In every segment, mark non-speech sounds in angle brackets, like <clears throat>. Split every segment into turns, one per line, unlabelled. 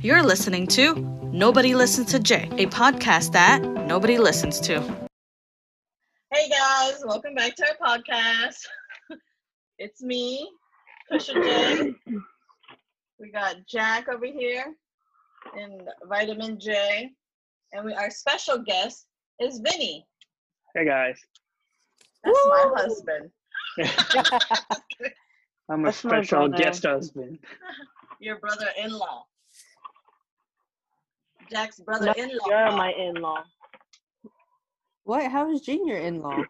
You're listening to Nobody Listens to Jay, a podcast that nobody listens to.
Hey guys, welcome back to our podcast. <laughs> it's me, Pusha J. We got Jack over here and Vitamin J. And we, our special guest is Vinny.
Hey guys,
That's my husband.
I'm a
That's my
special
brother.
guest husband.
Your brother in law. Jack's brother
No,
in
You're
law.
my in-law.
What? How is Junior in law?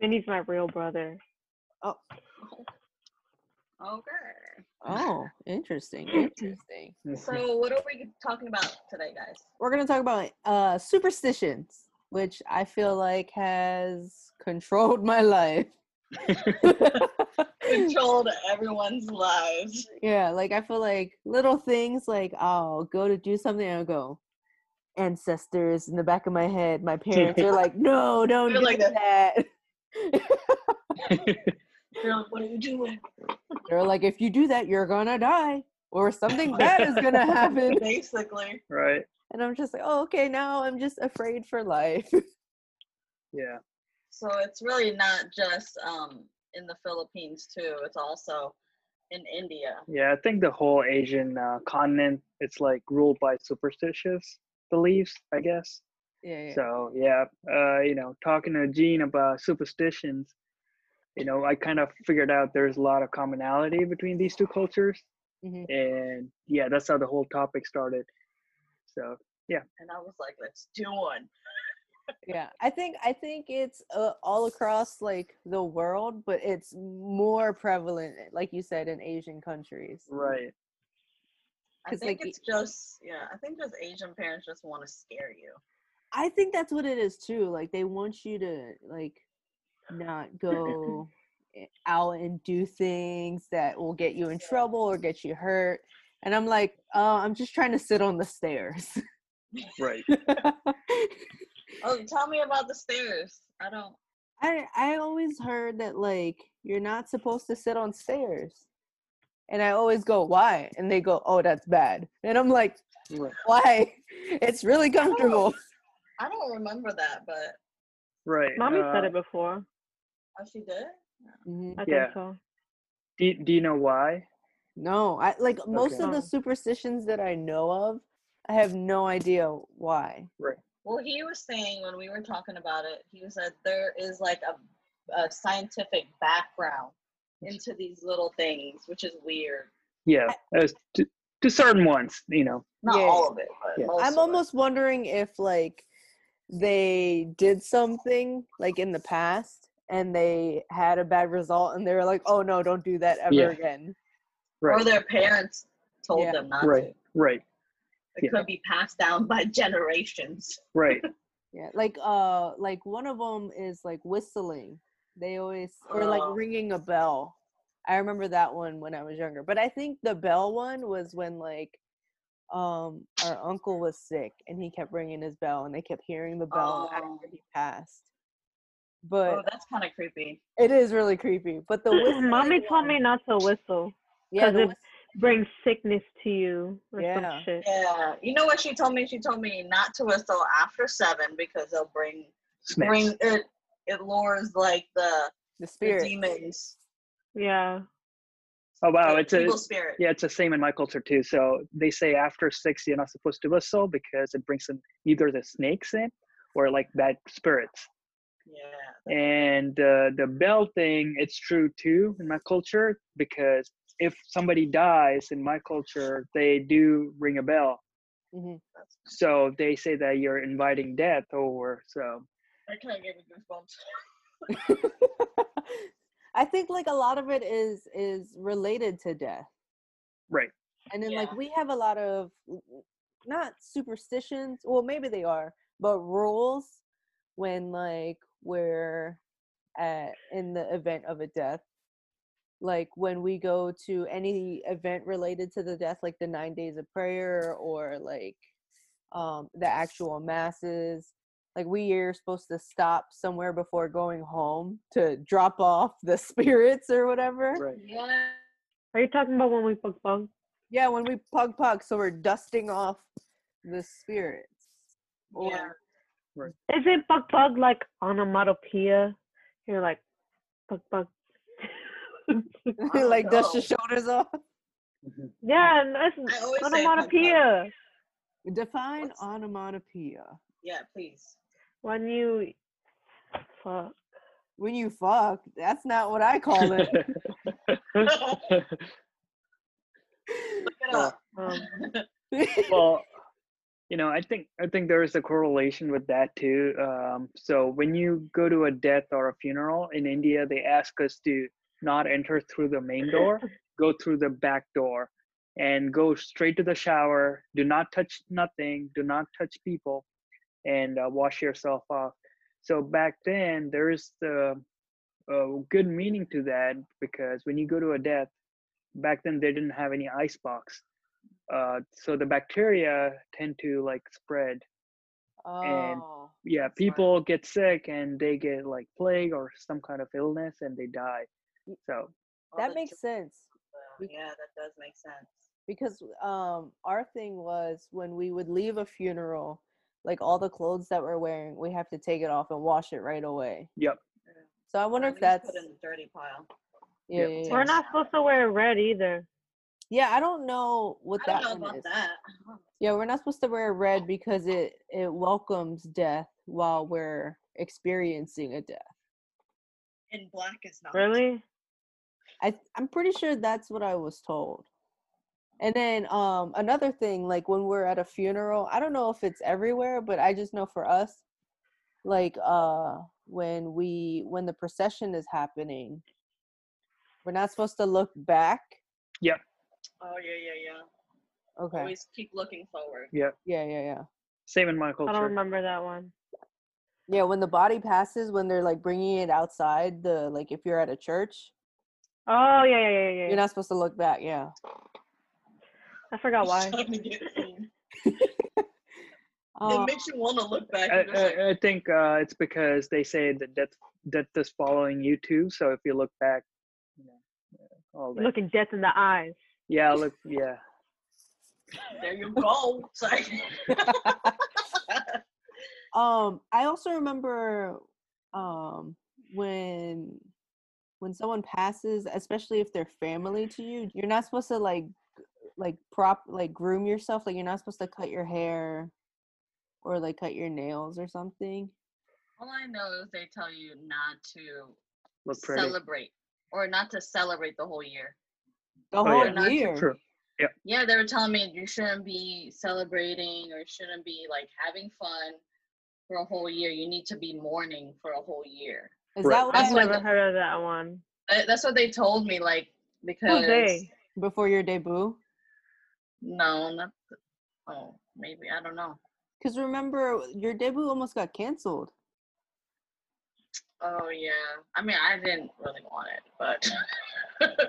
Vinny's my real brother.
Okay.
Oh, interesting. Interesting.
So, what are we talking about today, guys?
We're gonna talk about uh superstitions, which I feel like has controlled
<laughs>
my life. <laughs>
Controlled everyone's lives.
yeah, like I feel like little things like I'll go to do something and I'll go. Ancestors in the back of my head, my parents are like, No, don't
They're
do
like
that.
You're like, what are you doing?
They're like, if you do that, you're gonna die. Or something bad is gonna happen.
<laughs> Basically.
right?
And I'm just like, oh, okay, now I'm just afraid for life. <laughs>
Yeah.
So it's really not just um, in the Philippines too. It's also in India.
Yeah, I think the whole Asian uh, continent it's like ruled by superstitious beliefs, I guess.
Yeah, yeah.
So yeah, uh, you know, talking to Gene about superstitions, you know, I kind of figured out there's a lot of commonality between these two cultures,
Mm-hmm.
Mhm.
and yeah, that's how the whole topic started. So
And I was like, let's do one.
yeah i think i think it's uh, all across like the world but it's more prevalent eh, like you said in asian countries
right,
I
'Cause,
think
like,
it's just yeah. I think just Asian parents just want to scare you.
i think that's what it is too like they want you to like not go i- out and do things that will get you in
Yeah.
trouble or get you hurt and i'm like uh, i'm just trying to sit on the stairs <laughs>
right.
<laughs>
Oh, tell me about the stairs. I don't.
I I always heard that like you're not supposed to sit on stairs. And I always go, why? And they go, oh, that's bad. And I'm like,
right.
why? <laughs> It's
Oh.
really comfortable.
I don't remember that, but
Right.
Mommy
uh,
said it before.
oh, she did.
Mhm.
I
yeah.
think so.
Do, do you know why?
No, I like most of
Oh.
the superstitions that I know of, I have no idea why.
Well, he was saying when we were talking about it, he was that there is like a, a scientific background into these little things, which is weird.
Yeah, as to, to certain ones, you know.
Not
Yeah.
all of it, but
Yeah.
most of
I'm
it.
almost wondering if like they did something like in the past and they had a bad result and they were like, oh no, don't do that ever
Yeah.
again.
Right,
or their parents told
Yeah.
them not to.
right, right,
It
Yeah.
could be passed down by <laughs> generations.
right.
Yeah, like uh, like one of them is like whistling. They always or like
Oh.
ringing a bell. I remember that one when I was younger, but I think the bell one was when like um our uncle was sick and he kept ringing his bell and they kept hearing the bell
Oh.
after he passed.
Oh,
But
that's kind of creepy.
it is really creepy. But
<laughs>
the whistling
Mommy told
one-
me not to whistle.
yeah,
'cause
the
it-
whis-
Bring sickness to you or
Yeah.
some shit.
Yeah, you know what she told me? She told me not to whistle after seven because they'll bring
Snakes.
bring it. It lures like the,
the
the
spirit.
demons,
Yeah.
oh wow,
like,
it's a
evil spirit.
yeah, it's the same in my culture too. So they say after six you're not supposed to whistle because it brings in either the snakes in or like bad spirits.
Yeah.
And uh, the bell thing, it's true too in my culture because if somebody dies in my culture, they do ring a bell.
Mhm.
That's,
So they say that you're inviting death over. So
that kind of gave me goosebumps.
<laughs> I think like a lot of it is is related to death.
right,
And then like
Yeah.
we have a lot of w- w- not superstitions, well maybe they are, but rules when like we're at in the event of a death. Like when we go to any event related to the death, like the nine days of prayer or like um the actual masses. Like we are supposed to stop somewhere before going home to drop off the <laughs> spirits or whatever.
right.
Yeah.
Are you talking about when we fuck bunk?
Yeah, when we pug pug, so we're dusting off the spirits. Or
Yeah.
<laughs>
Isn't bug bug like onomatopoeia? You're like bug bug. <laughs>
like dust your
know.
shoulders off.
yeah, and that's
I always say bug, bug.
onomatopoeia.
Define
What's-
onomatopoeia.
Yeah, please.
When you fuck.
When you fuck, that's not what I call
<laughs>
it.
Look it
Yeah.
up.
Um,
well you know i think i think there is a correlation with that too um, so when you go to a death or a funeral in india they ask us to not enter through the main door go through the back door and go straight to the shower do not touch nothing do not touch people and uh, wash yourself off so back then there is the uh, good meaning to that because when you go to a death back then they didn't have any ice box uh, so the bacteria tend to like spread.
oh.
Yeah,
That's right.
people get sick and they get like plague or some kind of illness and they die. So
All
That
the
makes sense
jokes. Yeah, that does make sense.
because um our thing was when we would leave a funeral, like all the clothes that we're wearing, we have to take it off and wash it right away.
Yep.
So I wonder
Or
if
at least
that's
put in the dirty pile.
yeah,
Yep.
yeah,
We're
yeah.
not supposed to wear red either.
Yeah, I don't know what
I
that
don't know
one
about
is.
that. <laughs>
Yeah, we're not supposed to wear red because it it welcomes death while we're experiencing a death.
And black is not.
Really?
I th- I'm pretty sure that's what I was told. And then um another thing like when we're at a funeral, I don't know if it's everywhere, but I just know for us like uh when we when the procession is happening, we're not supposed to look back.
Oh yeah, yeah, yeah.
Okay.
Always keep looking forward.
yeah, yeah, yeah.
same in my
I don't
culture.
remember that one.
Yeah, when the body passes when they're like bringing it outside the like if you're at a church,
Oh yeah, yeah, yeah, yeah. yeah.
you're not supposed to look back, yeah.
I forgot why.
It's time to get clean.
Um,
it makes you want to look back.
I,
and just like,
I, I think uh, it's because they say that death death is following you too. So if you look back, you know, uh, all that.
Looking death in the eyes.
Yeah, look. Yeah,
there you go. It's like,
um i also remember um when when someone passes especially if they're family to you you're not supposed to like like prop like groom yourself like you're not supposed to cut your hair or like cut your nails or something
all I know is they tell you not to
look pretty.
celebrate or not to celebrate the whole year.
yeah.
the whole
Not to
year
True.
Yeah, they were telling me you shouldn't be celebrating or shouldn't be like having fun for a whole year. You need to be mourning for a whole year.
is
Right.
that what
That's
I-
I've
what
never
the-
heard of that one.
Uh, That's what they told me. Like because
Who's they?
before your debut
no, not oh maybe I don't know.
because remember your debut almost got canceled
Oh yeah. I mean, I didn't really want it, but <laughs>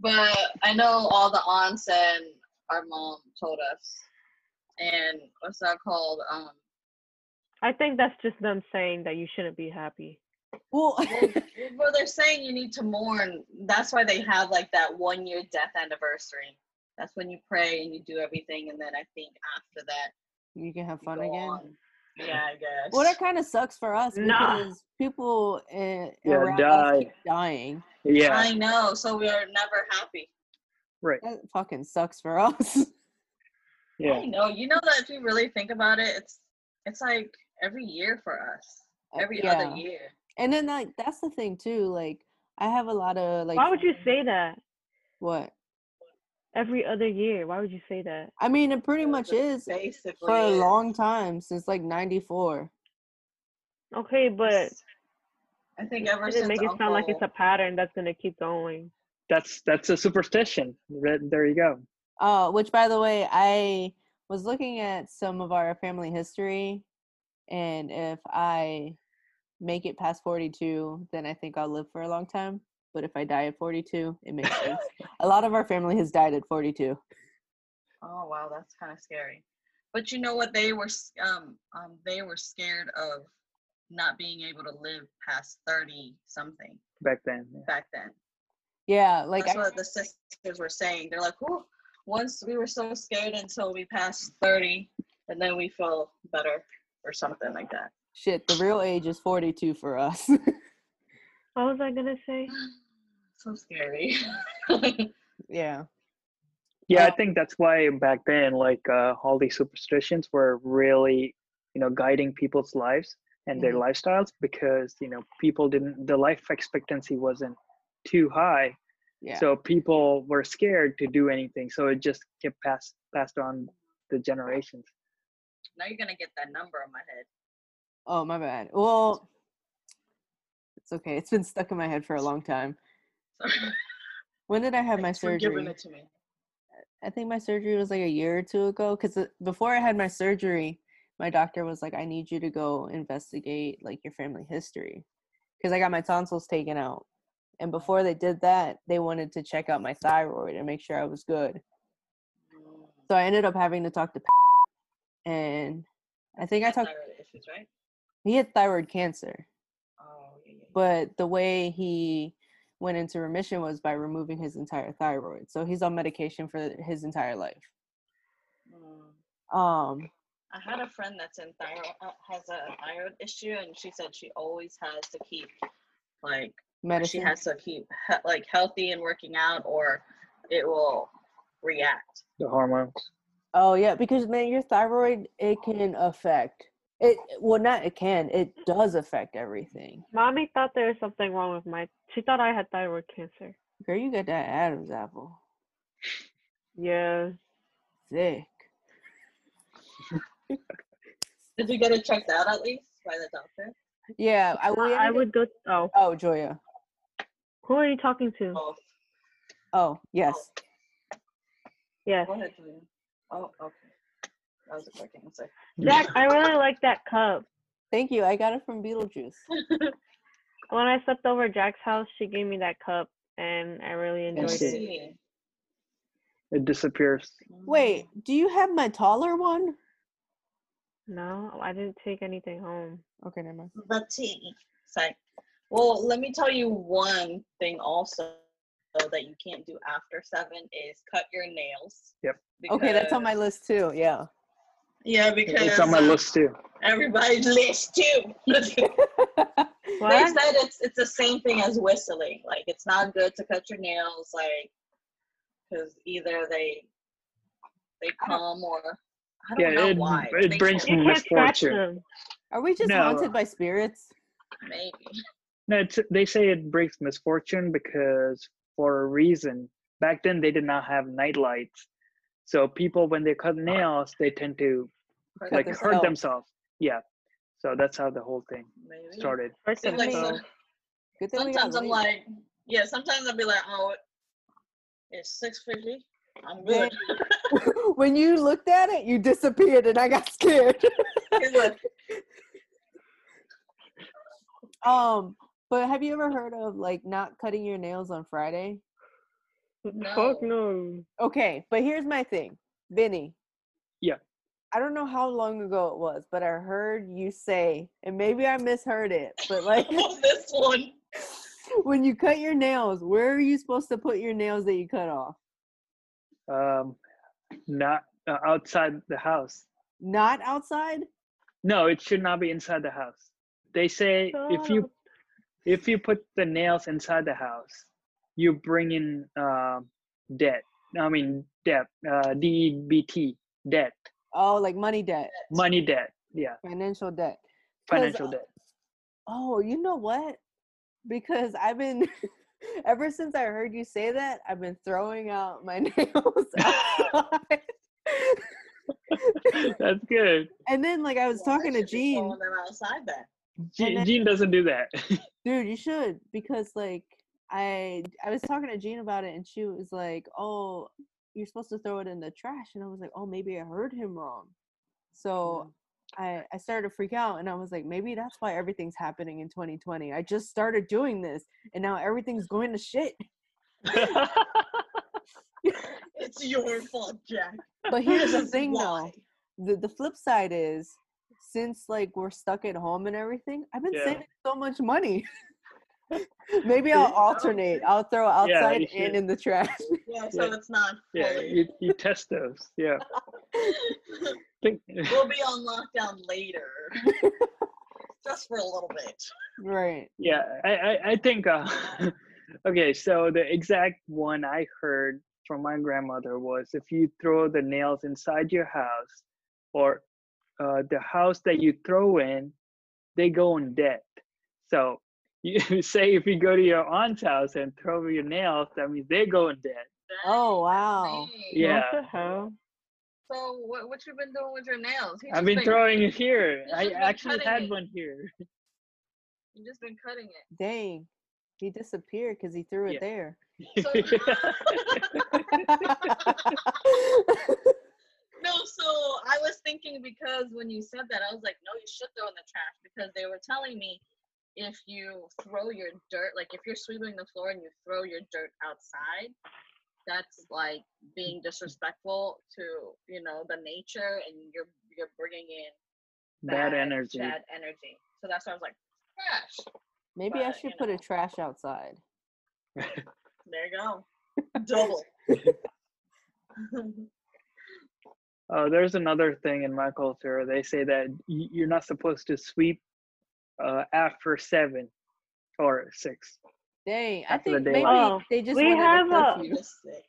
but I know all the aunts and our mom told us. And what's that called? Um,
I think that's just them saying that you shouldn't be happy.
well
well, well, they're saying you need to mourn. That's why they have like that one year death anniversary. That's when you pray and you do everything, and then I think after that,
<laughs> you can have
you
fun
go
again
on. Yeah, I guess.
Well, that kind of sucks for us
Nah.
because people in,
Yeah,
around us
die.
keep dying.
Yeah.
I know. So we are never happy.
Right.
That fucking sucks for <laughs> us.
Yeah.
I know. You know that if you really think about it, it's it's like every year for us.
Uh,
Every
yeah.
other year.
And then like that's the thing too. Like I have a lot of like.
Why would you
um,
friends-
say that?
what?
Every other year. Why would you say that?
I mean, it pretty
That's
much is
Basically,
for a
it.
long time since like '94.
Okay, but
I think ever
it
since
didn't make it sound like it's
Uncle-
a pattern that's gonna keep going.
That's that's a superstition. Re- There you go.
Uh, which by the way, I was looking at some of our family history, and if I make it past 42, then I think I'll live for a long time. But if I die at 42, it makes <laughs> sense. a lot of our family has died at 42.
Oh wow, that's kind of scary. But you know what? They were s- um um they were scared of not being able to live past thirty something
Back then.
back then.
Yeah, like
that's
I,
what the sisters were saying. They're like, "Who? once we were so scared until we passed 30, and then we felt better or something like that.
<laughs> Shit, the real age is 42 for us. <laughs>
What was I gonna say?
<sighs> So <laughs> scary.
yeah.
Yeah, I
Um,
think that's why back then, like uh, all these superstitions were really, you know, guiding people's lives and their lifestyles because you know people didn't the life expectancy wasn't too high,
Yeah.
so people were scared to do anything. So it just kept passed passed on the generations.
now you're gonna get that number in my head.
Oh, my bad. Well, it's okay. It's been stuck in my head for a long time.
Sorry.
When did I have
<laughs>
my
Thanks for giving
surgery?
it to me.
I think my surgery was like a year or two ago because before I had my surgery, my doctor was like, I need you to go investigate like your family history because I got my tonsils taken out. And before they did that, they wanted to check out my thyroid and make sure I was good. So I ended up having to talk to <laughs> and I think I talked
Thyroid issues, right?
he had thyroid cancer,
Oh, yeah, yeah, yeah.
but the way he went into remission was by removing his entire thyroid. So he's on medication for his entire life.
Mm.
Um
I had a friend that's in thyroid uh, has a thyroid issue, and she said she always has to keep like
medicine.
she has to keep he- like healthy and working out, or it will react.
The hormones.
Oh yeah, because man, your thyroid it can affect it. Well, not it can. It does affect everything.
Mommy thought there was something wrong with my. She thought I had thyroid cancer.
Girl, you got that Adam's apple.
Yeah.
Sick.
Did you get it checked out at least by the doctor?
Yeah, I, we ended
I, I
up-
would go. Oh,
Oh, Joya.
who are you talking to?
Both.
Oh, yes.
Yes.
Go ahead, Julian. Oh, okay. That was a quick answer.
Jack, I really like that cup.
Thank you. I got it from Beetlejuice.
When I slept over at Jack's house, she gave me that cup, and I really
I
enjoyed it.
see.
It disappears.
Wait, do you have my taller one?
No, I didn't take anything home.
Okay, never mind.
the tea. Mm-hmm. Sorry. Well, let me tell you one thing also that you can't do after seven is cut your nails.
Yep.
Okay, that's on my
because-
list too. Yeah. <laughs>
Yeah, because
It's on my
uh,
list too.
Everybody's <laughs> list too. they
What?
said it's it's the same thing as whistling. Like it's not good to cut your nails, like because either they they come or I don't
Yeah,
know
it-
why.
it
They
brings-
You can't scratch
Misfortune.
them.
Are we just
No.
haunted by spirits?
should, maybe.
No, it's, they say it brings misfortune because for a reason. Back then, they did not have night lights, so people when they cut nails, they tend to
Hurt
like hurt
themselves.
themselves. Yeah, so that's how the whole thing
Maybe.
started.
Hurt
See, like,
themselves.
some-
Good thing we got
sometimes I'm
late.
like, yeah. Sometimes I'll be like, oh, it's six fifty. I'm
<laughs>
good.
<gasps> when you looked at it, you disappeared, and I got scared.
He's like,
Um, but have you ever heard of like not cutting your nails on Friday?
Fuck no.
Okay, but here's my thing, Vinny.
Yeah.
I don't know how long ago it was, but I heard you say, and maybe I misheard it,
<laughs>
but <laughs> like <laughs>
this one.
when you cut your nails, where are you supposed to put your nails that you cut off?
Um, not uh, outside the house.
Not outside?
No, it should not be inside the house. They say if you
Oh.
if you put the nails inside the house, you bring in um debt. I mean debt. Uh, D E B T debt.
Oh, like money debt,
Money debt. Yeah,
financial debt. 'Cause,
financial
uh,
debt.
Oh, you know what? Because I've been <laughs> ever since I heard you say that, I've been throwing out my <laughs> nails outside.
<laughs> That's good.
and then like I was talking to Gene,
Throwing them outside then.
<laughs>
Gene,
then-
Gene doesn't do
<laughs>
that.
dude, you should because like I I was talking to Gene about it and she was like, "Oh, you're supposed to throw it in the trash." And I was like, "Oh, maybe I heard him wrong." So I I started to freak out and I was like, "Maybe that's why everything's happening in 2020. I just started doing this and now everything's going to shit."
It's your fault, Jack.
But here's
<laughs>
the
This is
thing
why.
though. the the flip side is since like we're stuck at home and everything, I've been
Yeah.
saving so much money. <laughs> Maybe I'll alternate. I'll throw
you
outside
should.
and in the trash. <laughs>
Yeah, so
Yeah.
it's not
Yeah,
fully.
you, you test those. Yeah. Think,
<laughs>
<laughs>
we'll be on lockdown later.
<laughs>
Just for a little bit.
right.
yeah, I, I, I think, uh, <laughs> okay, so the exact one I heard from my grandmother was if you throw the nails inside your house or uh, the house that you throw in, they go in debt. So <laughs> you say if you go to your aunt's house and throw your nails, that means they go in debt.
Oh wow.
Dang.
Yeah.
What the hell?
So what what you been doing with your nails? He's
I've
just
been throwing it here.
He's
I
just been
actually
cutting
had
it.
one here.
You just been cutting it.
Dang. He disappeared because he threw
Yeah.
it there.
<laughs>
So- <laughs> No, so I was thinking because when you said that, I was like, no, you should throw in the trash because they were telling me if you throw your dirt, like if you're sweeping the floor and you throw your dirt outside, that's like being disrespectful to you know the nature and you're you're bringing in
Bad energy.
bad energy. So that's why I was like, trash.
Maybe I
But,
should
you
put a
know.
trash outside.
There you go, <laughs> double.
Oh, there's another thing in my culture. They say that y- you're not supposed to sweep uh, after seven or six.
Dang. I
After the
think
day
maybe
off.
they just
We
wanted
have
a
a-
<laughs>
curfew.
Just sick.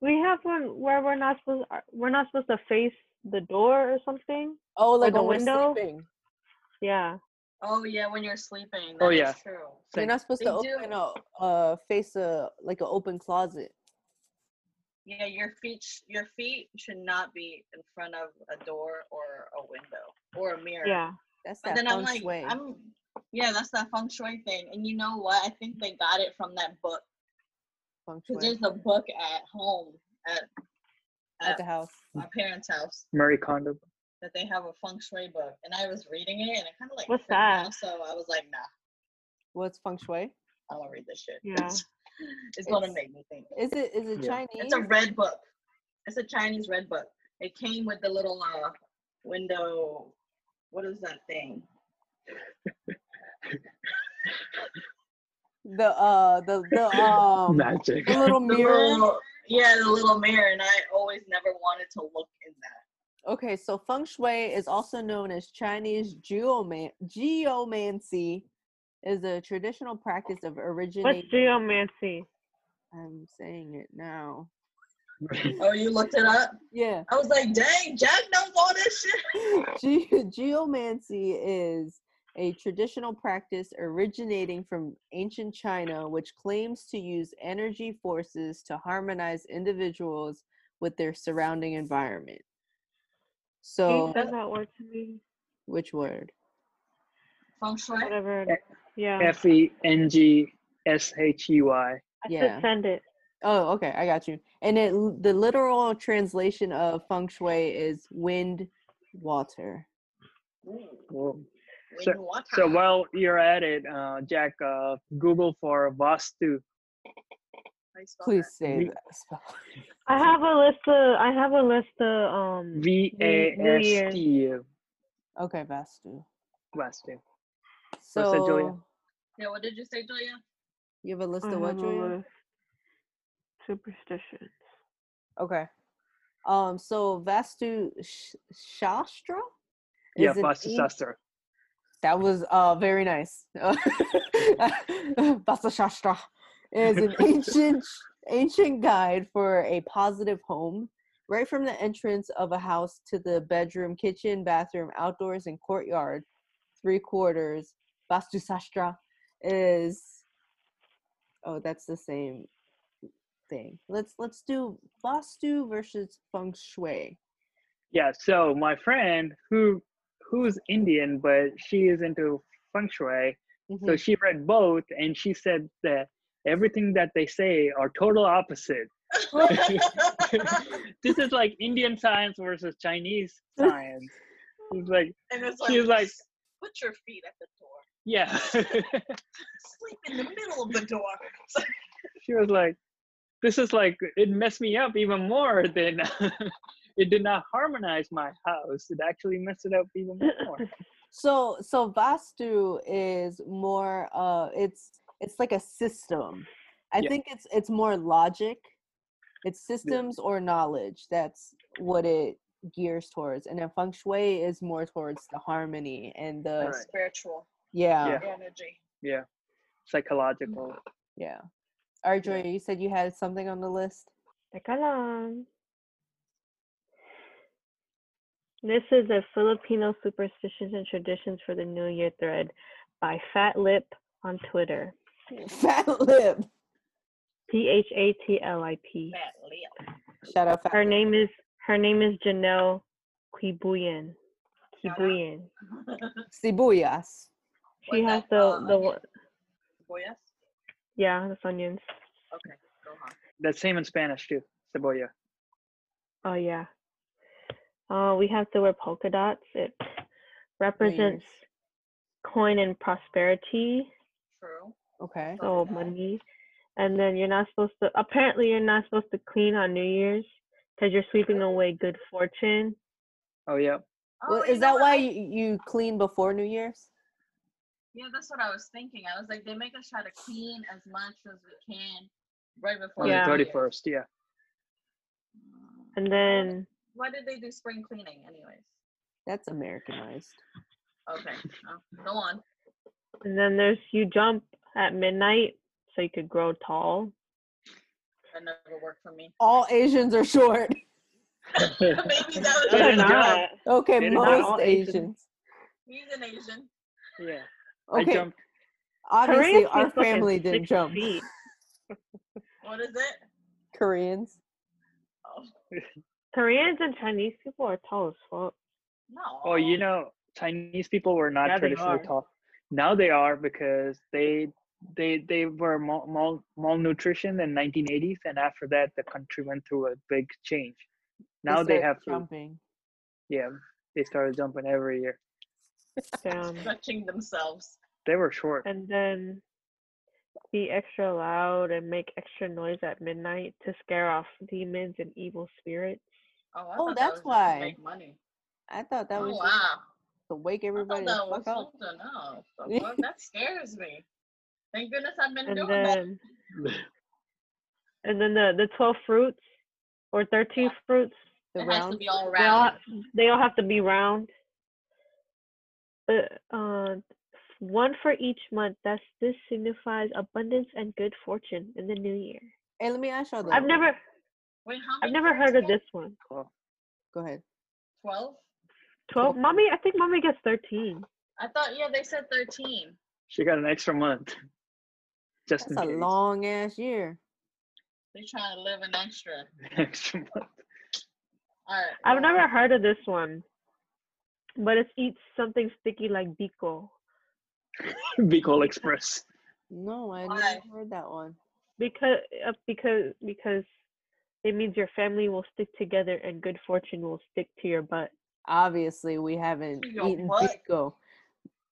We have one where we're not supposed uh, we're not supposed to face the door or something.
Oh, like
the
when we're
window.
sleeping.
Yeah.
Oh yeah, when you're sleeping.
Oh,
that is
yeah.
True.
You're
Same.
not supposed to
They do.
open a uh, face a like an open closet.
Yeah, your feet sh- your feet should not be in front of a door or a window or a mirror.
Yeah.
That's
But
that
then
feng
I'm like,
shui.
I'm yeah, that's that feng shui thing. And you know what? I think they got it from that book
Feng
because
shui
there's a book at home at
at the house.
my parents' house
Murray Kondo.
that they have a feng shui book, and I was reading it and it kind of like
What's
freaked me out,
that?
So I was like, nah,
What's feng shui?
I don't read this shit.
Yeah.
<laughs> it's gonna
It's-
make me think.
Is it is it
Yeah.
Chinese?
It's a red book. It's a Chinese red book. It came with the little uh window. What is that thing?
the uh the the
<laughs>
<laughs>
um
Magic.
the little
The
mirror.
little, yeah, the little mirror, and I always never wanted to look in that.
Okay, so feng shui is also known as Chinese geoman- geomancy, is a traditional practice of
What's
originating.
geomancy?
I'm saying it now.
Oh, you looked it up?
Yeah,
I was like, dang, Jack knows all this shit.
<laughs> Ge- geomancy is a traditional practice originating from ancient China, which claims to use energy forces to harmonize individuals with their surrounding environment. So,
He said that word to me.
which word?
Feng shui.
Whatever. it-
Eh,
Yeah.
F E N G S H E Y.
I
yeah.
should send it.
Oh, okay, I got you. And it l- the literal translation of feng shui is wind, water.
Ooh,
Cool.
wind
So-
water.
So while you're at it, uh, Jack, uh, Google for Vastu.
How you spell
Please
that?
say
We-
that. spell.
I have a list of I have a list of um
V A
New
S
Year's.
T U.
Okay, Vastu.
Vastu. What's that, Julia?
So
Yeah, what did you say,
<laughs>
Julia? <laughs>
you have a list
I
of what,
have a
Julia?
list. Superstitions.
Okay. Um. So Vastu sh- Shastra.
Yeah,
is an
Vastu
an-
Sastra.
That was uh very nice. <laughs> Vastu Shastra is an ancient ancient guide for a positive home. Right from the entrance of a house to the bedroom, kitchen, bathroom, outdoors, and courtyard, three quarters. Vastu Sastra is oh, that's the same thing. Let's let's do Vastu versus Feng Shui.
Yeah, so my friend who who's Indian but she is into feng shui, so
Mhm.
she read both and she said that everything that they say are total opposite. <laughs> this is like Indian science versus Chinese science. It's like
and it's
She was like-
"Just put your feet at the door.
yeah. <laughs>
Sleep in the middle of the door. <laughs>
she was like this is like it messed me up even more than <laughs> it did not harmonize my house. It actually messed it up even more.
So so Vastu is more uh it's it's like a system. I
Yeah.
think it's it's more logic. It's systems or knowledge. That's what it gears towards. And then feng shui is more towards the harmony and the
Right.
Spiritual
yeah,
energy.
psychological.
yeah. Arjoy, you said you had something on the list. <laughs>
Takalon. This is a Filipino superstitions and traditions for the New Year thread by Fat Lip on Twitter.
Fat lip.
P H A T L I P.
Fat lip.
Shout out fat
Her
Lip.
name is her name is Janelle Kibuyan.
Shout out.
Kibuyan.
Sibuyas.
She
Was
has
that, uh,
the the
onion?
one-
<laughs> Boyas?
yeah the onions.
Okay, go on.
That's same in Spanish too. Cebolla.
Oh yeah. Uh, we have to wear polka dots. It represents coin and prosperity,
True.
Okay.
Polka
so
dot.
money. And then you're not supposed to. Apparently, you're not supposed to clean on New Year's because you're sweeping away good fortune.
Oh yeah.
Well,
you
is
know
that
what?
why
I-
you, you clean before New Year's?
Yeah, that's what I was thinking. I was like, they make us try to clean as much as we can right before
On
Yeah.
the
New
thirty
Year's.
first. Yeah.
<laughs>
And then
Why did they do spring cleaning, anyways?
That's Americanized.
Okay, oh, go on.
and then there's you jump at midnight so you could grow tall.
That never worked for me. <laughs>
All Asians are short.
<laughs>
<laughs>
Maybe that was
They're
just
not.
Okay,
They're not
most
all
Asians.
Asians.
he's an Asian.
Yeah. I
Okay,
jumped.
obviously
Koreans
our
be fucking
family didn't
six
jump.
feet.
What is it?
Koreans.
Oh,
Koreans and Chinese people are tall as fuck.
no.
Oh, you know, Chinese people were not
Yeah, they
traditionally
are.
tall. Now they are because they they they were mal, mal, malnutrition in 1980s, and after that, the country went through a big change. Now they
started
have food.
jumping.
Yeah, they started jumping every year.
Damn.
Stretching themselves.
They were short.
and then be extra loud and make extra noise at midnight to scare off demons and evil spirits.
Oh, I
Oh,
thought that was
that's
just to
why.
Make money.
I thought that
oh,
was
wow.
just to wake
I thought
everybody
that
the
was
fuck up.
something else.
<laughs>
The fuck? that scares me. Thank goodness I've been
And
doing that.
then and then the the twelve fruits or thirteen fruits.
The
it has to
round.
be all
They all
round.
they all have to be round. But uh, one for each month. That's this signifies abundance and good fortune in the new year.
Hey, let me ask y'all
I've
though.
never
Wait, how many
I've never
fruits
heard of
again?
this one.
Well,
Go ahead.
12?
Twelve. Mommy, I think mommy gets thirteen.
I thought, yeah, they said 13.
she got an extra month. Just
That's
in
a
case.
long ass year.
They trying to live an extra.
<laughs> extra month.
All right.
I've
well,
never heard of this one, but it's eats something sticky like biko.
Bicol Express.
No, I
Why?
never heard that one.
because uh, because because it means your family will stick together and good fortune will stick to your butt.
Obviously, we haven't
Your
eaten
butt.
pico,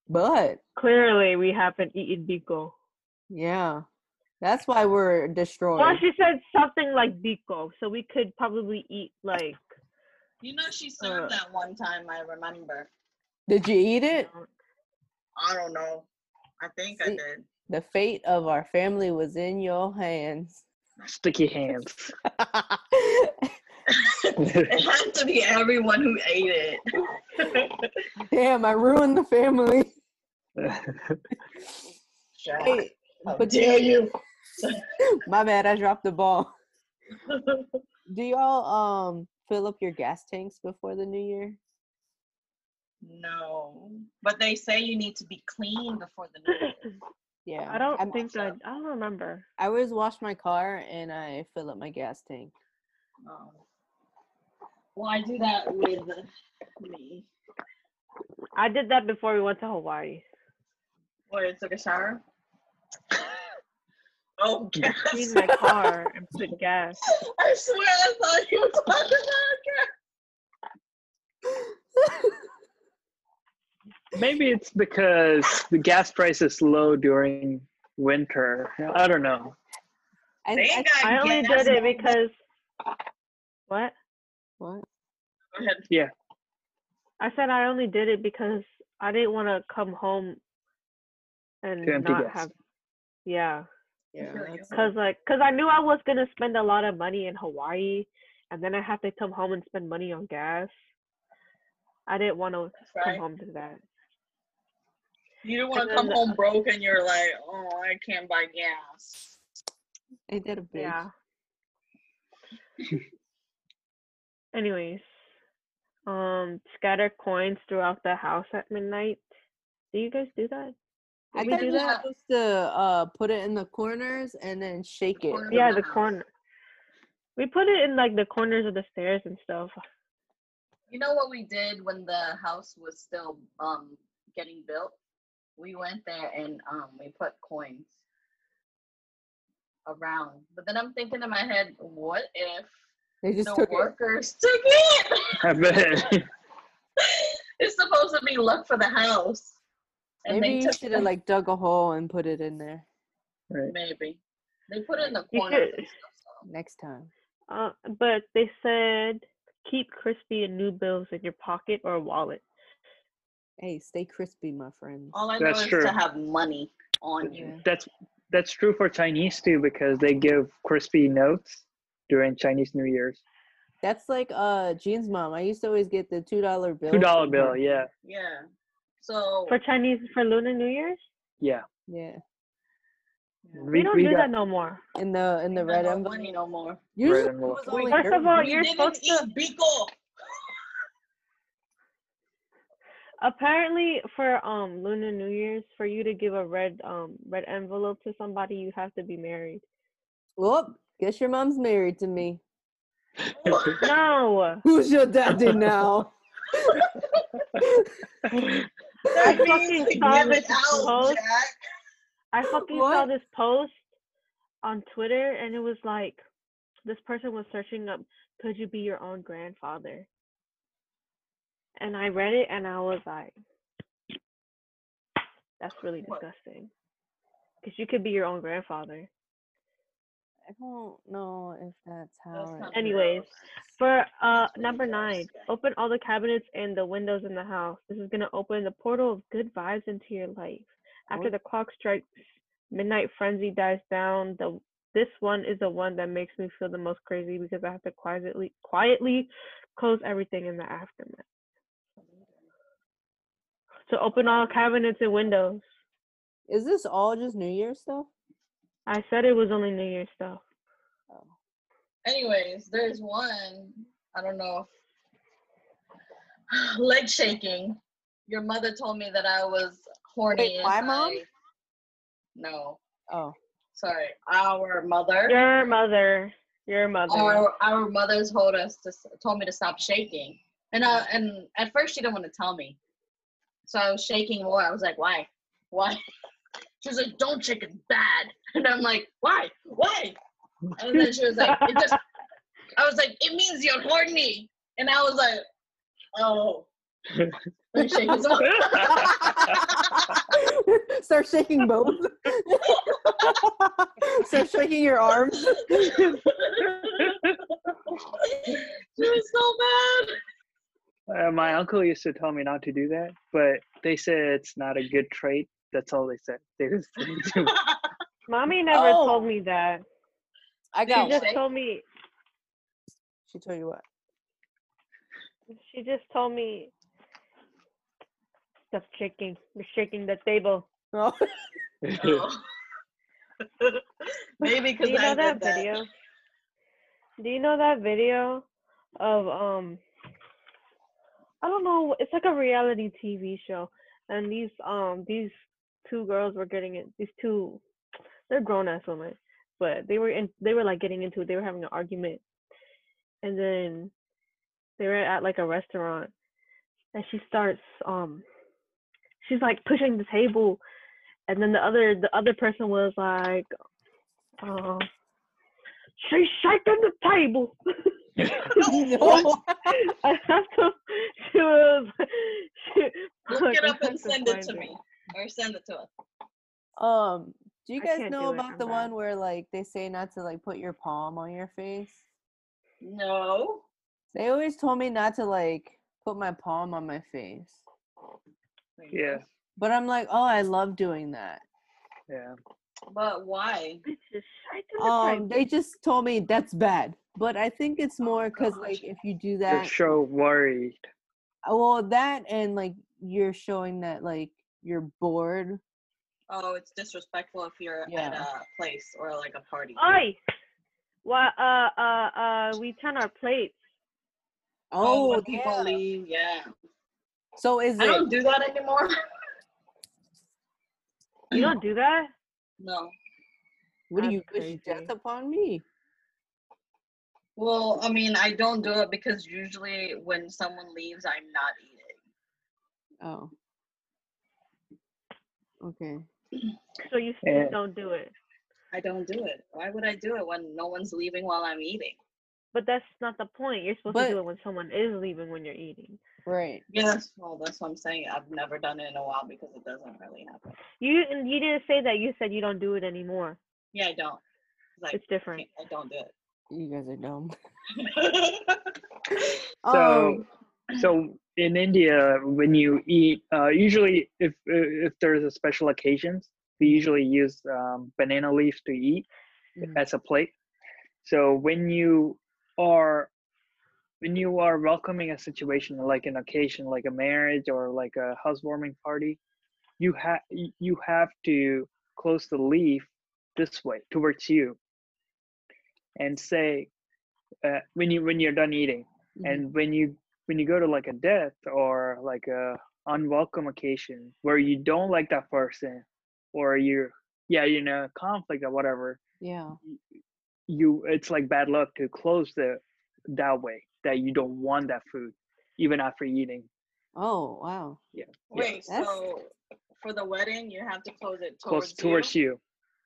but
Clearly, we haven't eaten biko.
yeah, that's why we're
Oh,
destroyed.
Well, she said something like biko, so we could probably eat like.
You know, she served
Uh.
that one time, I remember.
Did you eat it?
I don't know. I think I
See-
did.
The fate of our family was in your hands. <laughs>
Sticky hands.
It <laughs> had to be everyone who ate it. <laughs>
Damn, I ruined the family.
Jack,
Hey,
how
but
dare
you-
you?
my bad, I dropped the ball. Do y'all um fill up your gas tanks before the new year?
<laughs> no. But they say you need to be clean before the new year.
Yeah,
I don't
I'm-
think
also-
that I don't remember.
I always wash my car and I fill up my gas tank. <laughs>
Um, well, I do that with me.
I did that before we went to <laughs> Hawaii.
What, it took a shower? <laughs> oh, gas.
Cleaned my car and put <laughs> gas.
I swear I thought you were talking about gas.
Maybe it's because the gas price is low during winter. I don't know. <laughs>
I,
They
I,
ain't got
I only
gas
did it
money.
because what?
what?
Go ahead.
I said I only did it because I didn't want to come home and
To empty
not
gas.
have Yeah.
Yeah.
feel you.
that's-
Cause like, cause I knew I was gonna spend a lot of money in Hawaii, and then I have to come home and spend money on gas. I didn't want to
That's
come
right.
home to that.
You don't want
And
to come
then-
home broke and you're like, oh, I can't buy gas.
Ain't that a bitch?
Yeah. <laughs> Anyways, um, scatter coins throughout the house at midnight. Do you guys do that? Did
I
we
thought
do
you're
that?
supposed to uh, put it in the corners and then shake it.
corners. in
Yeah,
the
the
house.
corner. We put it in like the corners of the stairs and stuff.
You know what we did when the house was still um getting built? We went there and um we put coins around. But then I'm thinking in my head, what if
They just
the
took it.
workers took it? <laughs>
I bet.
it's supposed to be luck for the house.
Maybe you
took
should have
it.
like dug a hole and put it in there
Right.
maybe they put it in the
You
corner.
should-
next time.
Uh, but they said keep crispy and new bills in your pocket or wallet.
Hey, stay crispy, my friends.
All I know
That's
is
true.
to have money on you.
That's that's true for Chinese too because they give crispy notes during Chinese New Year's.
That's like uh Jean's mom. I used to always get the two dollar bill.
Two dollar
from
bill,
her.
yeah,
Yeah. So
For Chinese, for Lunar New Year's,
yeah.
Yeah,
we, don't do that no more.
in the in the
ain't
red
got no money
envelope.
no more.
Usually
Red
it
envelope.
was only
First of
dirty.
all,
we
Oh, you're
didn't
supposed
eat
to.
Biko.
Apparently, for um Lunar New Year's, for you to give a red um red envelope to somebody, you have to be married.
Whoop! Guess your mom's married
<laughs>
to me.
No,
Who's your <laughs> daddy now?
That
I
means
fucking
to
saw
give it
this
out,
post.
Jack.
I fucking saw
What?
this post on Twitter, and it was like this person was searching up, could you be your own grandfather? And I read it, and I was like, that's really
What?
disgusting, because you could be your own grandfather.
I don't know if that's how.
That's
it
kinda
Anyways,
gross.
For uh
That's really
number
gross,
nine,
yeah.
open all the cabinets and the windows in the house. This is gonna open the portal of good vibes into your life. After
What?
the clock strikes midnight, frenzy dies down. The this one is the one that makes me feel the most crazy because I have to quietly quietly close everything in the aftermath. So open all cabinets and windows.
Is this all just New Year's stuff?
I said it was only New Year's stuff.
Oh.
Anyways, there's one. I don't know. if- <sighs> Leg shaking. Your mother told me that I was horny.
Wait,
and
my mom?
I- No,
<laughs>
Oh, <laughs>
sorry. Our mother.
Your mother. Your mother.
our our mother told us to s- told me to stop shaking and uh and at first she didn't want to tell me so i was shaking more i was like why why <laughs> she was like don't shake it's bad <laughs> and i'm like why why and then she was like it just i was like it means you're horny and i was like oh <laughs> Let me shake this off. <laughs>
start shaking both. <laughs> start shaking your arms.
she was so bad
<laughs> Uh, my uncle used to tell me not to do that, but they said it's not a good trait. That's all they said. They just didn't do
Mommy never
Oh.
told me that.
I
Did
She
got.
you
One.
just
say-
told me
She told you what?
She just told me stop shaking. You're shaking the table.
<laughs> Oh,
it. <laughs>
Oh. <laughs> Maybe
Do
because
you
I
know
did
that
that.
video? Do you know that video of um I don't know, it's like a reality TV show and these um these two girls were getting it these two they're grown ass women, but they were in they were like getting into it, they were having an argument. And then they were at like a restaurant and she starts um she's like pushing the table and then the other the other person was like um she's shaking the
<laughs>
table
no.
i have to she was she,
Look
fuck, <laughs>
it
I
up and
have
send it
find
to me. Or send it to us.
Um, do you
I
guys
can't
know
do it,
about
I'm
the
bad.
one where like they say not to like put your palm on your face?
No.
They always told me not to like put my palm on my face.
yeah,
But I'm like, oh, I love doing that.
yeah.
But why?
Bitches. I think
Um, they just told me that's bad, but I think it's
Oh
more because like if you do
They're
that, uh,
so worried.
well, that and like you're showing that like you're bored.
Oh, it's disrespectful if you're at
Yeah.
a place or like a party.
Oi! Well, uh, uh, uh, we turn our plates.
Oh,
Oh,
when people
yeah.
leave, yeah.
So is
I
it?
don't do that anymore. <laughs>
You don't do that?
no.
What do
That's
you wish death
crazy.
upon me?
Well, I mean, I don't do it because usually when someone leaves, I'm not eating.
Oh. Okay.
So
<clears throat>
you
Yeah.
still don't do it.
I don't do it. Why would I do it when no one's leaving while I'm eating?
But that's not the point. You're supposed
But-
to do it when someone is leaving when you're eating.
Right.
Yes. Well, that's what I'm saying. I've never done it in a while because it doesn't really happen.
You and you didn't say that. You said you don't do it anymore.
Yeah, I don't. 'Cause I,
It's different.
can't- I don't do <laughs>
You guys are dumb.
it.
So,
Um,
so in India, when you eat, uh, usually if uh, if there's a special occasions, we usually use um, banana leaves to eat
Mhm.
as a plate. So when you are when you are welcoming a situation like an occasion, like a marriage or like a housewarming party, you have you have to close the leaf this way towards you, and say uh, when you when you're done eating and when you when you go to like a death or like a unwelcome occasion where you don't like that person or you're yeah you know conflict or whatever
yeah.
you it's like bad luck to close the that way that you don't want that food even after eating
Oh wow.
Wait,
That's-
so for the wedding, you have to close it towards,
close towards
you,
you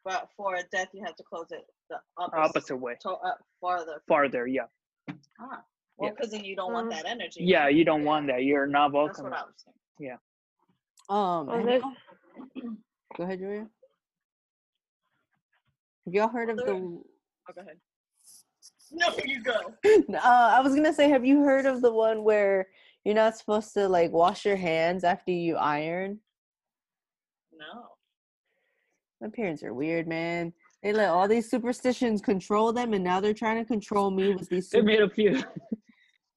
But for a death, you have to close it the opposite,
opposite way
to, uh, farther.
farther yeah
Ah, well,
Yeah.
because then you don't want
Mhm.
that energy.
yeah
right?
you don't want that you're not
That's
welcome
what I was thinking.
Um.
Oh,
have
there's-
y'all- <clears throat> Go ahead, Julia. Have y'all heard of
Well,
the?
Oh, go ahead. No, you go.
<clears throat> Uh, I was gonna say, have you heard of the one where you're not supposed to like wash your hands after you iron?
No.
<gasps>
My parents are weird, man. They let all these superstitions control them, and now they're trying to control me with these.
they
Super-
made a few <laughs>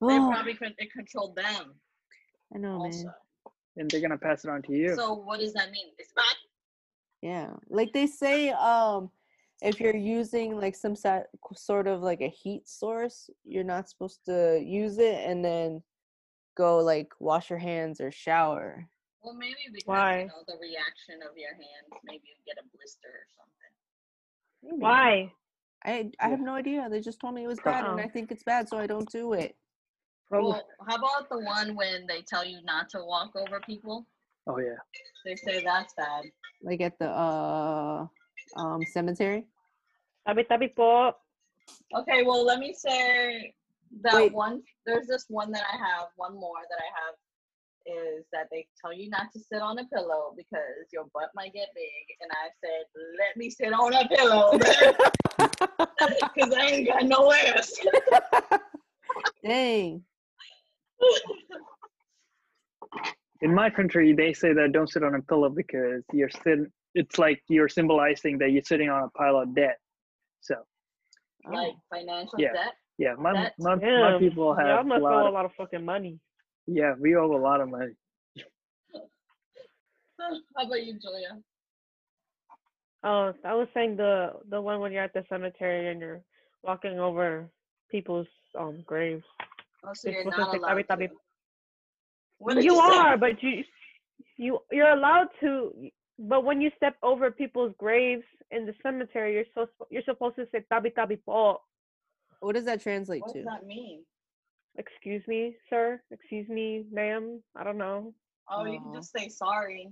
They
Ugh,
probably con- it controlled them
I
Oh,
know,
also.
man.
and they're gonna pass it on to you
So what does that mean? It's bad.
Yeah, like they say, um, if you're using like some sa- sort of like a heat source, you're not supposed to use it, and then go like wash your hands or shower.
Well, maybe because
Why?
you know the reaction of your hands. Maybe you get a blister or something.
Maybe.
Why?
I I have no idea. They just told me it was bad, and
Uh-oh.
I think it's bad, so I don't do it.
Probably-
Well, how about the one when they tell you not to walk over people?
oh yeah
They say that's bad.
Like at the uh um cemetery.
Tabi tabi po.
Okay, well, let me say that
Wait.
one. There's this one that I have. One more that I have is that they tell you not to sit on a pillow because your butt might get big, and I said, "Let me sit on a pillow, <laughs> because I ain't got no ass."
Dang.
in my country they say that don't sit on a pillow because you're sitting it's like you're symbolizing that you're sitting on a pile of debt so
Oh,
like financial
Yeah.
debt.
yeah my
That's-
my, my
Damn,
people
Y'all
have a
must
lot
owe a
of,
lot of fucking money.
yeah we owe a lot of money
How about you, Julia?
Oh, I was saying the the one when you're at the cemetery and you're walking over people's um graves.
Oh, so
It's
you're
supposed
not
to say
allowed
tabi-tabi.
to. What did
you
say?
are, but you you you're allowed to. But when you step over people's graves in the cemetery, you're so you're supposed to say tabi tabi po.
What does that translate
What
to?
does that mean?
Excuse me, sir. Excuse me, ma'am. I don't know.
Oh, you can
Oh.
just say sorry.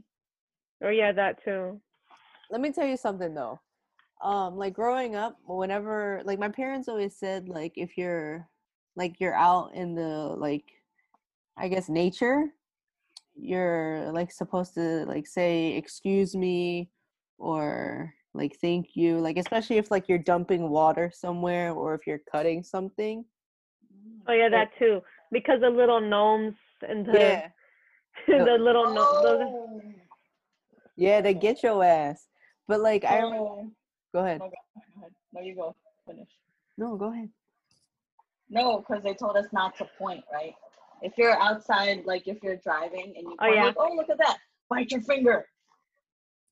Or yeah, that too.
Let me tell you something though. Um, like growing up, whenever like my parents always said, like if you're like you're out in the like I guess nature, you're like supposed to like say excuse me or like thank you like especially if like you're dumping water somewhere or if you're cutting something
Mm.
Oh yeah, that too. Because the little gnomes and the <laughs>
yeah
the little gno- oh, those
Oh.
yeah they get your ass But like I
Oh,
remember, go ahead.
no, go ahead. No, you go. Finish.
No, go ahead.
No, because they told us not to point, right? If you're outside, like if you're driving and you
Oh,
point,
yeah.
like, oh, look at that, bite your finger.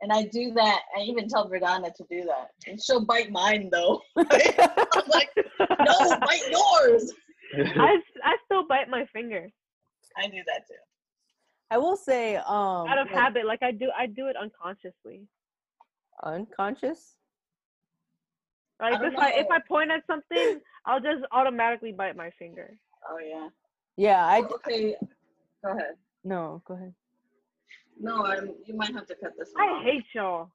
And I do that. I even tell Verdana to do that. And she'll bite mine, though. <laughs> I'm like, no, bite yours.
<laughs>
<laughs>
I, I still bite my finger
I do that too.
I will say, um,
out of
like,
habit. Like I do, I do it unconsciously.
unconscious.
Like
don't
if I if
know.
I point at something, I'll just automatically bite my finger.
Oh, yeah.
Yeah, I d-
Okay, go ahead.
no. Go ahead.
No, I'm, you might have to cut this one
I
off.
hate y'all.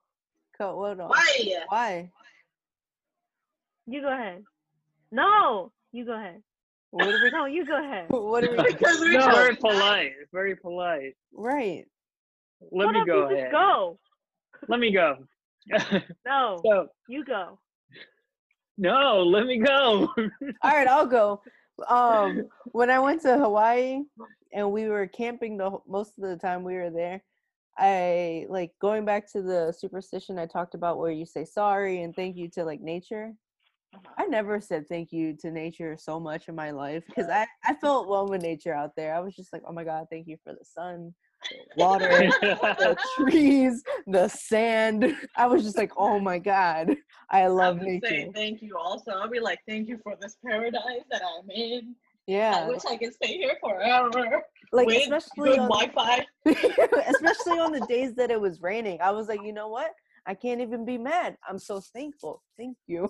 Cut what off?
Why?
Why?
You go ahead. No, you go ahead.
What are
No, you go ahead.
we? <laughs> What
<laughs>
are we?
Because we
no,
<laughs>
chose
very
not-
polite. Very polite.
Right.
Let
Shut
me
up,
go
you
ahead.
Just go.
Let me go. <laughs>
No,
so
you go.
no, let me go. <laughs>
All right, I'll go. Um, when I went to Hawaii and we were camping the wh- most of the time we were there, I like going back to the superstition I talked about where you say sorry and thank you to like nature. I never said thank you to nature so much in my life because I, I felt one with nature out there. I was just like, oh my God, thank you for the sun, the water, the trees, the sand. <laughs> I was just like, oh my God, I
I
love
would say
nature.
thank you also. I'll be like, thank you for this paradise that I'm in. I
Yeah.
wish I could stay here forever.
Like,
with
especially
good
on
Wi-Fi.
<laughs>
<laughs>
especially on the days that it was raining. I was like, you know what? I can't even be mad. I'm so thankful. Thank you.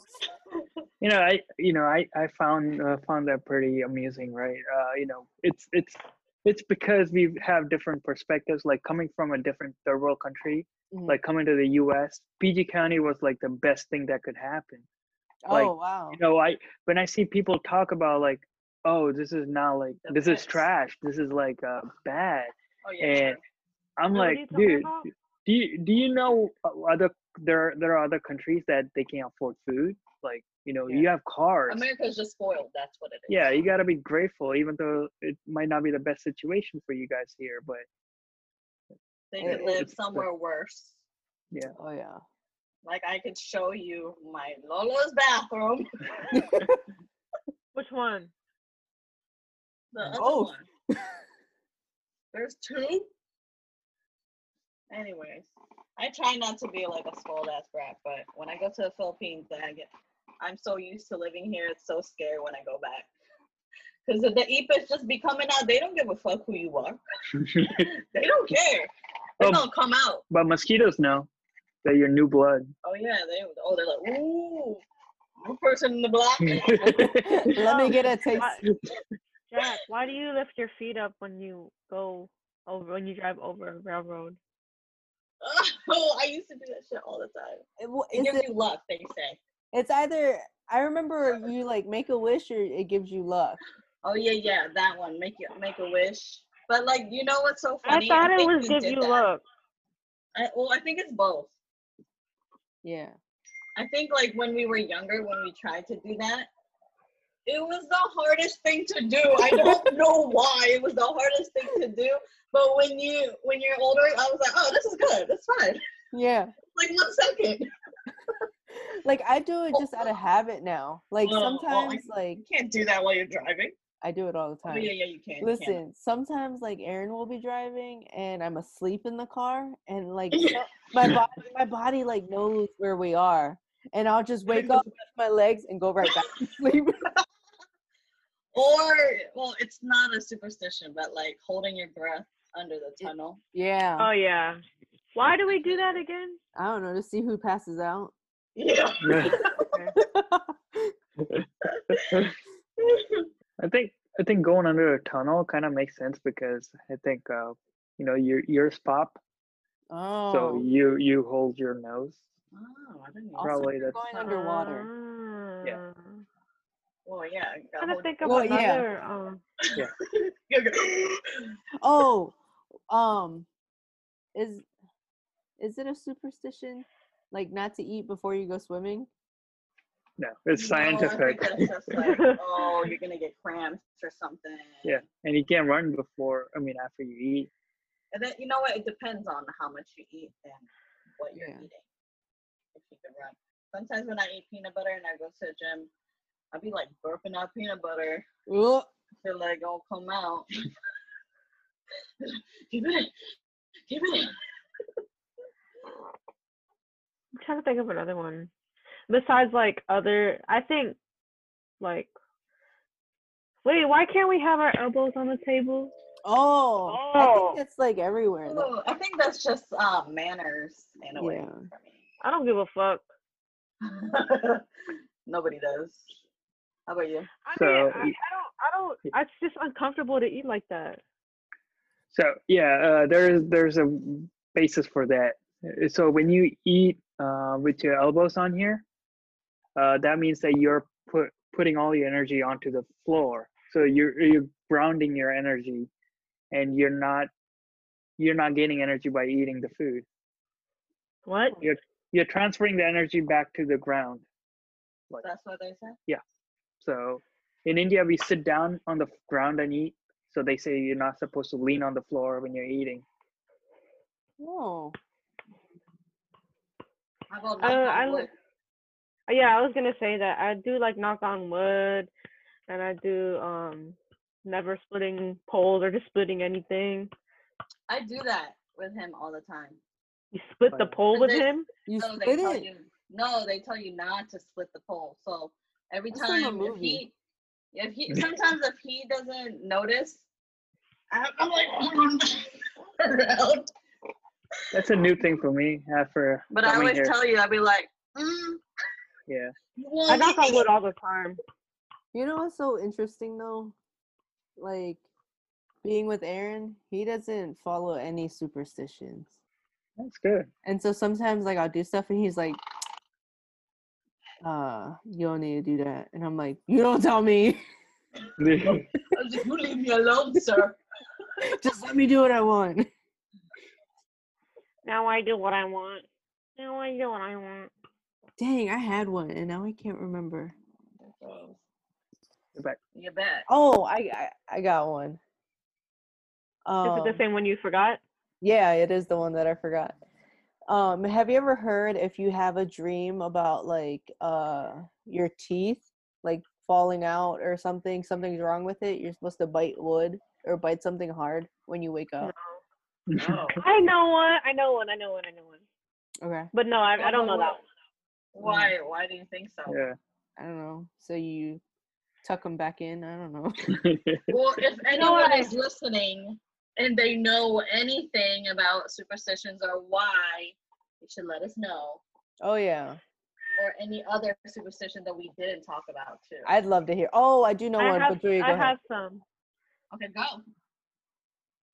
you know i you know i i found uh, found that pretty amusing right uh you know it's it's it's because we have different perspectives like coming from a different third world country
Mhm.
like coming to the us pg county was like the best thing that could happen Like,
oh wow.
you know i when i see people talk about like oh this is not like
The
this is
best.
trash this is like uh bad
Oh yeah.
and i'm
Know what
like
he's talking
dude
about?
do you, do you know o- other there there are other countries that they can't afford food like you know
Yeah.
you have cars
America's just spoiled. That's what it is.
yeah you got to be grateful even though it might not be the best situation for you guys here but
They could
It-
live
it's-
somewhere worse.
Oh yeah.
Like I could show you my Lola's bathroom. <laughs>
Which one?
<laughs>
The other
Oh.
one. There's two. Anyways, I try not to be like a spoiled ass brat, but when I go to the Philippines, then I get. I'm so used to living here. It's so scary when I go back. Because the Ipas just be coming out. They don't give a fuck who you are. <laughs> They don't care. They
Oh.
Um,
don't come out.
but mosquitoes know that you're new blood <laughs>
Oh yeah, they oh they're like ooh, new person in the block. <laughs>
<laughs> Let me get a taste.
Why, Jack, why do you lift your feet up when you go over when you drive over a railroad?
oh, I used to do that shit all the time.
It w-
It
Is
gives
it,
you luck, they say.
it's either I remember you like make a wish or it gives you luck.
Oh yeah, yeah, that one. Make it make a wish. But like you know what's so
I
funny?
thought it
think
was
we
give
did
you
that.
look.
I, well, I think it's both.
Yeah.
I think like when we were younger, when we tried to do that, it was the hardest thing to do. I
<laughs>
don't know why it was the hardest thing to do. But when you when you're older, I was like, oh, this is good. It's fine. <laughs>
Yeah.
Like one second.
Like I do it just out of habit now. Like
Oh, well, I-
sometimes like
You can't do that while you're driving.
I do it all the
Oh,
time.
yeah, yeah, you can. you can.
Listen, sometimes like Aaron will be driving and I'm asleep in the car and
<laughs>
like so- my body my body like knows where we are and I'll just wake up with my legs and go right back
<laughs>
to sleep.
Uh,
Or, well, it's not a superstition, but like holding your breath under the tunnel.
yeah.
Oh yeah. Why do we do that again?
I don't know to see who passes out.
<laughs>
<laughs>
Yeah.
i think i think going under a tunnel kind of makes sense because i think uh you know your ears pop
oh.
so you you hold your nose
Oh, I didn't
also,
know.
probably
if you're
that's-
going underwater.
Yeah.
Ah.
Well, yeah. you gotta
I'm trying to
hold-
think of
Well, yeah.
another. Um,
you gotta-
Oh. Um is is it a superstition like not to eat before you go swimming?
no it's
No, I think
scientific
that's just
<laughs>
like, oh, you're gonna get cramps or something.
yeah and you can't run before i mean after you eat
And then you know what? It depends on how much you eat and what you're
Yeah.
eating. if you can run. Sometimes when I eat peanut butter and I go to the gym, I'll be like burping out peanut butter
Ugh.
till like all come
<laughs>
out. <laughs> Give it, give it.
I'm trying to think of another one. Besides, like other, I think, like, wait, why can't we have our elbows on the table?
Oh, I
Oh.
think that's like everywhere. though.
Ooh, I think that's just uh, manners in a way
Yeah.
for me.
I don't give a fuck.
<laughs> Nobody does. How about you?
I
So,
mean, I,
y-
I don't, I don't. It's just uncomfortable to eat like that.
So yeah, uh, there's there's a w- basis for that. Uh, So when you eat uh, with your elbows on here, uh, that means that you're put putting all your energy onto the floor. So you're you're grounding your energy, and you're not you're not gaining energy by eating the food.
What?
You're transferring the energy back to the ground.
That's what they said.
So in India, we sit down on the f- ground and eat. So they say you're not supposed to lean on the floor when you're eating.
Oh,
How about
Uh,
knock on
I don't-
wood?
Uh, Yeah, I was gonna say that I do like knock on wood, and I do um never splitting poles or just splitting anything.
I do that with him all the time.
You split the
Right.
pole with
There's-
him.
you
No, they
spit
tell
it.
you no, they tell you not to split the pole. So every
That's from a
time if
movie.
he if he sometimes if he doesn't notice, I'm, I'm like around.
That's a new thing for me after
But I
coming
always
here.
tell you, I'll be like, mm,
yeah.
you
I
want
knock on
<laughs>
me?"
wood all the time.
You know what's so interesting though? Like being with Aaron, he doesn't follow any superstitions.
That's good.
And so sometimes like I'll do stuff and he's like, uh, you don't need to do that. And I'm like, you don't tell me. <laughs>
I was like, you leave me alone, sir.
Just let me do what I want.
Now I do what I want. Now I do what I want.
Dang, I had one and now I can't remember.
But
You bet.
Oh, I I, I got one.
Is it
Um,
the same one you forgot?
Yeah, it is the one that I forgot. Um, have you ever heard if you have a dream about like uh your teeth like falling out or something, something's wrong with it, you're supposed to bite wood or bite something hard when you wake up.
Oh.
No.
I know one. I know one. I know one. I know one.
Okay.
But no, I, I don't know that
Why?
Mm.
Why do you think so?
yeah.
I don't know. So you tuck them back in. I don't know.
Well, if
know what
anyone
I-
is listening and they know anything about superstitions or why, you should let us know.
<laughs> Oh yeah,
Or any other superstition that we didn't talk about too.
I'd love to hear. Oh, I do know
one. I
one,
have.
but Julia,
I
go ahead.
have some.
okay, go.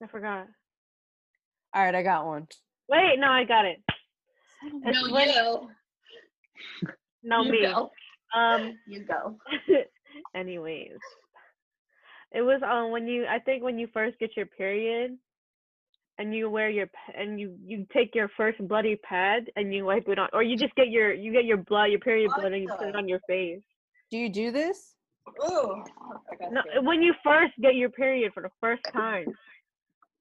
I forgot.
All right, I got one.
Wait, no, I got it.
Son of a-
It's
No,
when-
you.
No
you
me.
go.
Um. <laughs>
You go.
anyways it was um when you i think when you first get your period and you wear your p- and you you take your first bloody pad and you wipe it on or you just get your you get your blood your period blood and you put it
Awesome.
on your face
Do you do this?
Ooh. I got
no
scared.
when you first get your period for the first time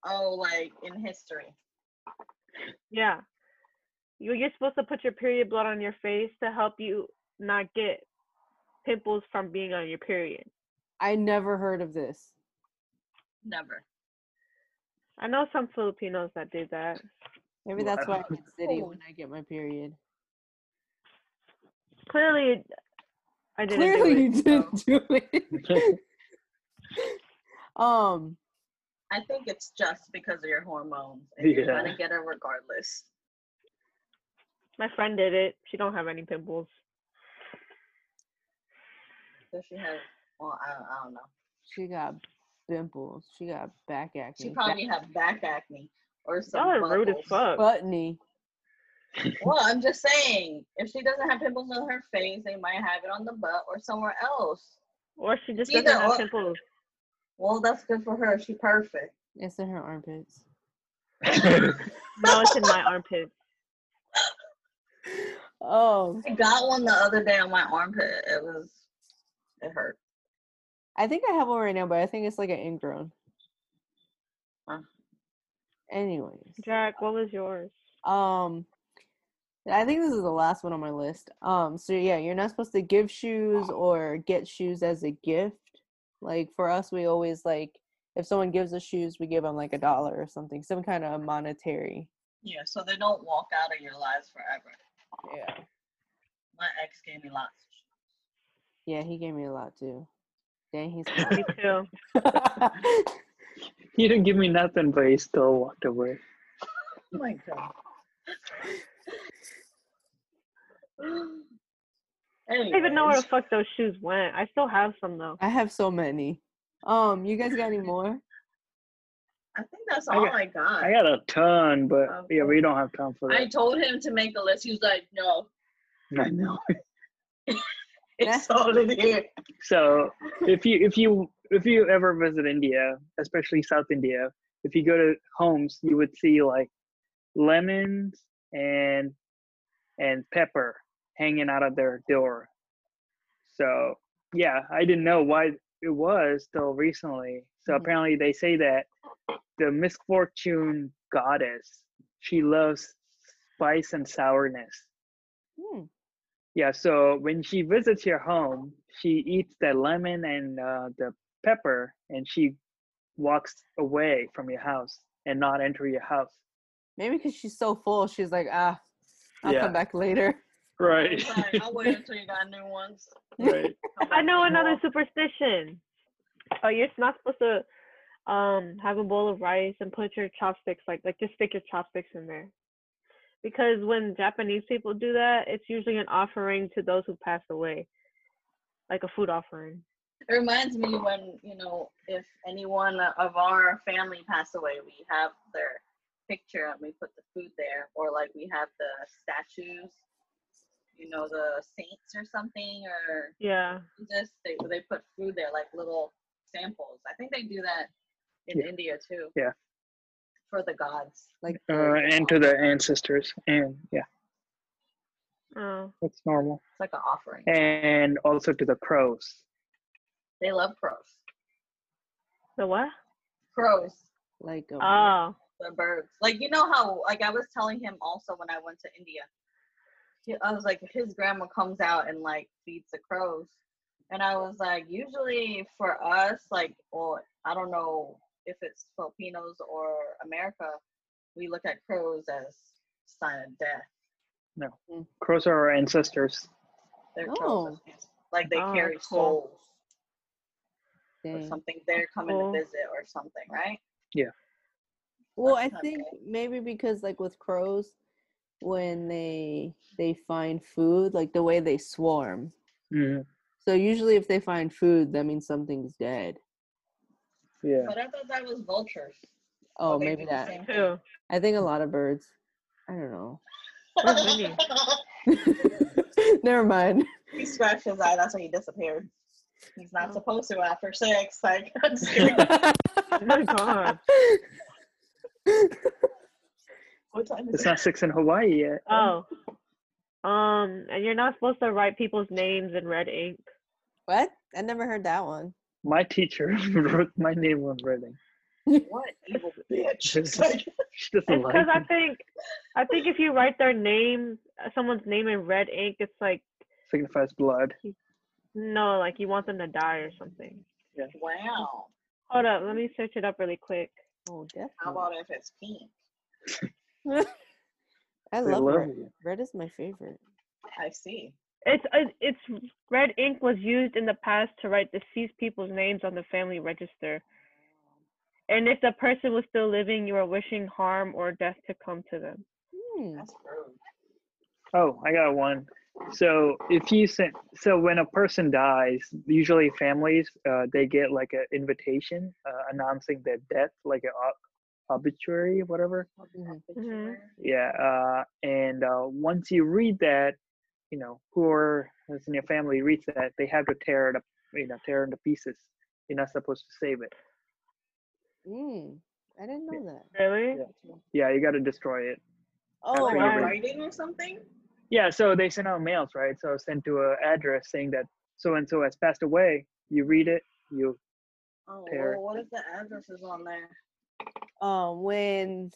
Oh, like in history.
yeah you, you're supposed to put your period blood on your face to help you not get pimples from being on your period
I never heard of this.
Never.
i know some filipinos that do that
Maybe that's why I
Wow.
get city
Oh.
when I get my period.
clearly i didn't do
Clearly,
it,
you
so.
didn't <laughs> do it. um,
I think it's just because of your hormones. And You're
Yeah.
gonna get it regardless.
My friend did it. She don't have any pimples.
So she has. Well, I, I don't know.
she got pimples. She got back acne.
She
back-
probably had back acne or
Mm. Y'all
some.
are rude as
buckles.
fuck.
butt knee.
Well, I'm just saying, if she doesn't have pimples on her face, they might have it on the butt or somewhere else.
Or she just
See,
doesn't
they're
have
all-
pimples.
Well, that's good for her. She perfect.
It's in her armpits.
No, it's in my armpit.
Oh,
I got one the other day on my armpit. It was, it hurt.
I think I have one right now, but I think it's like an ingrown.
Huh.
Anyways,
Jack, what was yours?
um, I think this is the last one on my list. Um, so yeah, you're not supposed to give shoes or get shoes as a gift. Like for us, we always like if someone gives us shoes, we give them like a dollar or something, some kind of monetary.
Yeah, so they don't walk out of your lives forever.
Yeah.
My ex gave me lots of shoes.
Yeah, he gave me a lot too. Dang,
<laughs>
he's.
Me too.
<laughs> You didn't give me nothing, but you still walked away.
Oh my <sighs> god.
I don't even know where
<laughs>
Anyways,
the fuck those shoes went. I still have some though.
<laughs> I have so many. Um, you guys got any more?
I think that's
I
all
got-
I got.
I
I,
got a ton, but
Of
yeah, we don't have time for that.
told him to make the list. He was like, no,
<laughs> I know.
it's all in here.
So if you if you if you ever visit India, especially South India, if you go to homes, you would see like lemons and and pepper hanging out of their door. So yeah, I didn't know why it was till recently. So
Mhm.
apparently they say that the misfortune goddess she loves spice and sourness.
Hmm.
Yeah, so when she visits your home, she eats the lemon and uh, the pepper, and she walks away from your house and not enter your house.
Maybe because she's so full, she's like, ah, I'll
Yeah.
come back later. <laughs>
Right.
He's like, I'll wait until you got new ones.
right.
Come
I
back
know
for
another
more."
superstition. Oh, you're not supposed to um have a bowl of rice and put your chopsticks like like just stick your chopsticks in there. Because when Japanese people do that, it's usually an offering to those who passed away. Like a food offering.
It reminds me when, you know, if anyone of our family passed away, we have their picture and we put the food there, or like we have the statues, you know, the saints or something, or
Yeah.
just they they put food there like little samples. I think they do that in
Yeah.
India too.
Yeah.
For the gods.
Like,
Uh, and to the ancestors, and yeah,
Oh.
that's normal.
It's like an offering.
And also to the crows.
They love crows.
The what?
Crows,
like, um,
ah,
Oh.
the birds. Like you know how like I was telling him also when I went to India. He- I was like his grandma comes out and like feeds the crows. And I was like, usually for us, like or I don't know if it's Filipinos or America, we look at crows as sign of death.
Crows are our ancestors.
They're
Oh.
oh. Like they
Oh,
carry
that's cool.
souls or
dang.
something. They're coming
Cool.
to visit or something, right?
Well, I
That's not
think
bad.
maybe because like with crows, when they they find food, like the way they swarm.
Mhm,
So usually, if they find food, that means something's dead.
Yeah.
But I thought that was vultures.
Oh,
they
maybe
do the
that.
same thing.
Too.
I think a lot of birds. I don't
<laughs>
know. <laughs>
Where's Vinny?
<laughs>
Never mind.
he scratched his eye. That's why he disappeared. He's not
Oh.
supposed to after six. Like, <laughs> I'm serious.
<laughs> my God.
what time is
It's
it?
not six in Hawaii yet.
Oh. Um, and you're not supposed to write people's names in red ink.
What? I never heard that one.
My teacher <laughs> wrote my name on red ink.
What evil bitch? <laughs>
It's
It's <laughs> like,
She doesn't <laughs>
It's
like
because I
it.
think I think if you write their name, uh, someone's name in red ink, it's like
Signifies blood.
no, like you want them to die or something.
wow.
Hold up, let me search it up really quick.
Oh,
How
definitely.
about if it's pink?
I
They
love
love
red.
you.
Red is my favorite.
I see.
It's it- it's red ink was used in the past to write deceased people's names on the family register. And if the person was still living, you were wishing harm or death to come to them.
Hmm.
That's rude.
Oh, I got one. So if you send, so when a person dies, usually families uh, they get like an invitation uh, announcing their death, like an obituary, whatever.
Mhm.
Mhm.
Yeah, uh, and uh, once you read that, you know whoever is in your family reads that, they have to tear it up, you know, tear it into pieces. You're not supposed to save it.
Mm. I didn't know that.
Really?
Yeah, you got to destroy it.
Oh,
After
you
wow.
read-
Writing or something?
Yeah, so they send out mails, right? So sent to an address saying that so and so has passed away. You read it, you
Oh,
Pear.
well, what if the address is on there?
um when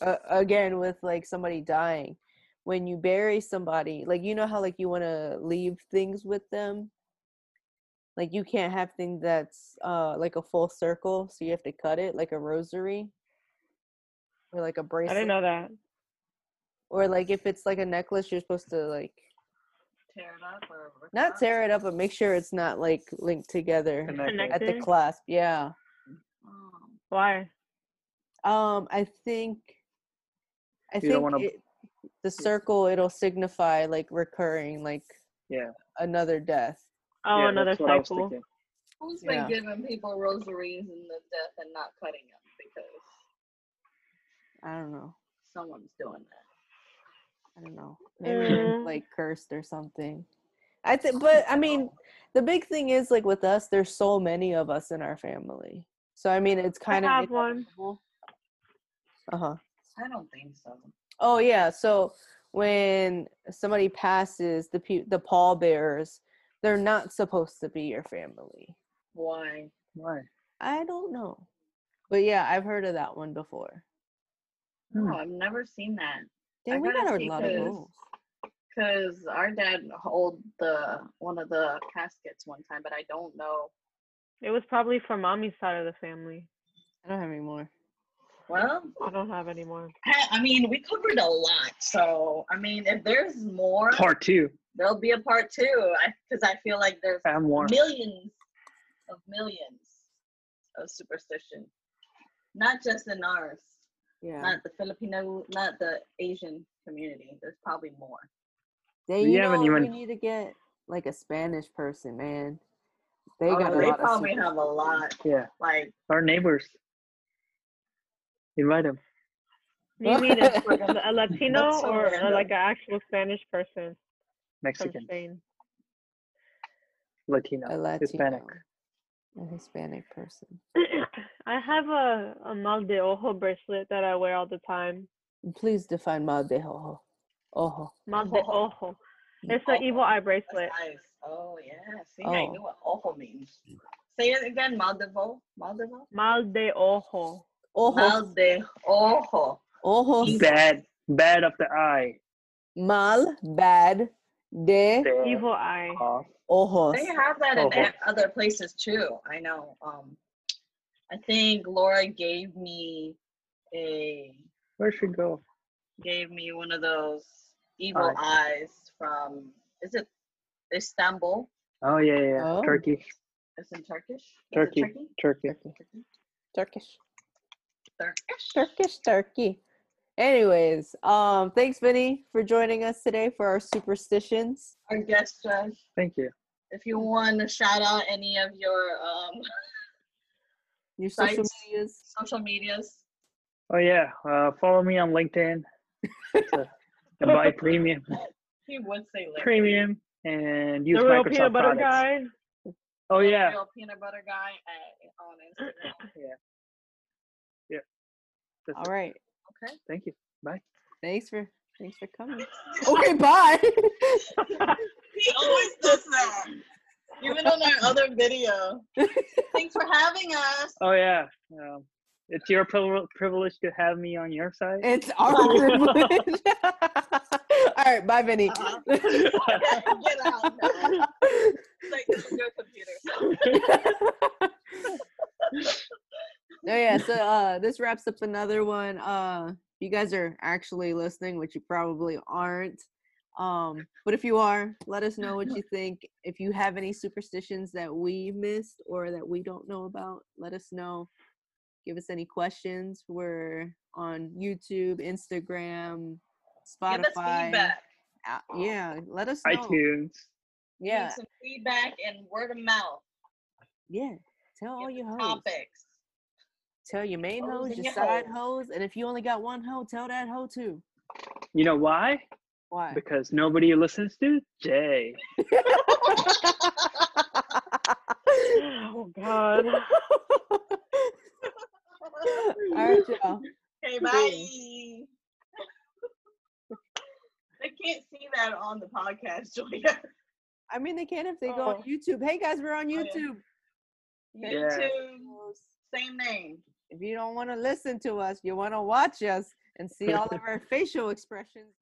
uh, again with like somebody dying when you bury somebody, like you know how like you want to leave things with them. Like you can't have things that's uh like a full circle, so you have to cut it like a rosary or like a
I
bracelet.
didn't know that.
Or like if it's like a necklace, you're supposed to like
Tear it up or rip it
not
up?
tear it up, but make sure it's not like linked together
Connected.
at the
Connected.
clasp. Yeah.
Oh.
Why?
Um, I think. I
You
think
don't wanna-
it, the circle it'll signify like recurring, like
Yeah.
another death.
Oh,
Yeah,
another
that's what I was
cycle.
thinking.
Who's been
Yeah.
giving people rosaries in the death and not cutting them because
I don't know.
someone's doing that?
I don't know. Maybe they're,
Mm.
like cursed or something. I think, but I mean, the big thing is like with us, there's so many of us in our family. So I mean, it's kind
have
of
one.
Uh huh.
I don't think so.
Oh yeah. So when somebody passes, the pe- the pallbearers, they're not supposed to be your family.
Why?
Why?
I don't know, but yeah, I've heard of that one before.
Hmm.
No, I've never seen that. I
Damn, we
gotta
got a
see
lot of
this.
rules.
Cause our dad hold the one of the caskets one time, but I don't know.
It was probably from mommy's side of the family.
I don't have any more.
Well,
I don't have any more.
I I mean, we covered a lot, so I mean, if there's more,
Part two.
there'll be a part two. I because I feel like there's
I have more.
millions of millions of superstition, not just in ours,
Yeah.
not the Filipino, not the Asian community. There's probably more.
They
We
you know,
haven't
we
even-
need to get like a Spanish person, man. They
Oh,
got a
they
lot
probably
of super-
have a lot.
Yeah.
Like
Our neighbors. Invite them.
You mean
<laughs>
a, a Latino
That's so
or uh,
random.
like an actual Spanish person from
Mexican,
Spain? <clears throat>
Latino,
a Latino,
Hispanic.
a Hispanic person.
I have a, a mal de ojo bracelet that I wear all the time.
Please define mal de ojo. Ojo.
Mal de
Ojo.
ojo. It's an evil
Oh. Ojo.
eye
That's
bracelet.
nice. Oh yeah. See, I
Oh.
knew what awful means. Say it again, Maldivo. Maldivo.
Mal de ojo.
Ojo.
Mal de ojo.
Ojo.
Bad, bad of the eye.
Mal, bad, de,
The
Evil eye.
off.
ojos.
They have that in
Ojo.
a- other places too. I know. Um, I think Laura gave me a
Where should we go?
gave me one of those evil
Eyes.
eyes from is it Istanbul?
Oh yeah, yeah. yeah.
Oh.
Turkey,
It's in Turkish. Is it
Turkey,
Turkey.
Turkey.
Turkish.
Turkish.
Turkish turkey. Anyways, um, thanks, Vinny, for joining us today for our superstitions.
Our guest judge.
Thank you.
uh, If you want to shout out any of your um, <laughs>
Your social
Sites.
medias.
social medias,
Oh yeah. Uh, follow me on LinkedIn.
<laughs>
to- and buy premium,
he would say later.
premium, and
The
use
real
Microsoft
peanut butter
products.
guy.
Oh
Real-
yeah.
Real peanut butter guy at, on Instagram.
That's
All
it.
right.
Okay.
Thank you. Bye.
Thanks for thanks for coming. Okay, bye.
<laughs>
<laughs>
He always does that. Even on our other video. Thanks for having us. <laughs>
Oh yeah. Um, it's your privil- privilege to have me on your side.
it's our privilege. <laughs> All right, bye, Vinny.
Uh-huh.
<laughs>
Get out. now.
<laughs>
It's like this is your computer.
oh yeah so uh this wraps up another one uh if you guys are actually listening which you probably aren't um but if you are let us know
<laughs>
what you think if you have any superstitions that we missed or that we don't know about let us know give us any questions we're on youtube instagram spotify
Give us feedback.
uh, yeah let us know
iTunes.
We need
yeah
Some feedback and word of mouth.
yeah tell all
Give
your
us
hoes
<laughs> topics.
tell your main
Hoes
hoes
and
your
your
side
hoes.
hoes and if you only got one hoe tell that hoe too
You know why?
why
Because nobody listens to Jay.
<laughs>
<gasps> Oh God.
All right, y'all.
Okay,
Bye.
bye. <laughs> I can't see that on the podcast, <laughs> Julia.
I mean, they can if they go on
Oh.
YouTube. Hey guys, we're on
yeah.
YouTube.
You
Yeah.
too. Same name.
If you don't want to listen to us, you want to watch us and see all of our facial expressions.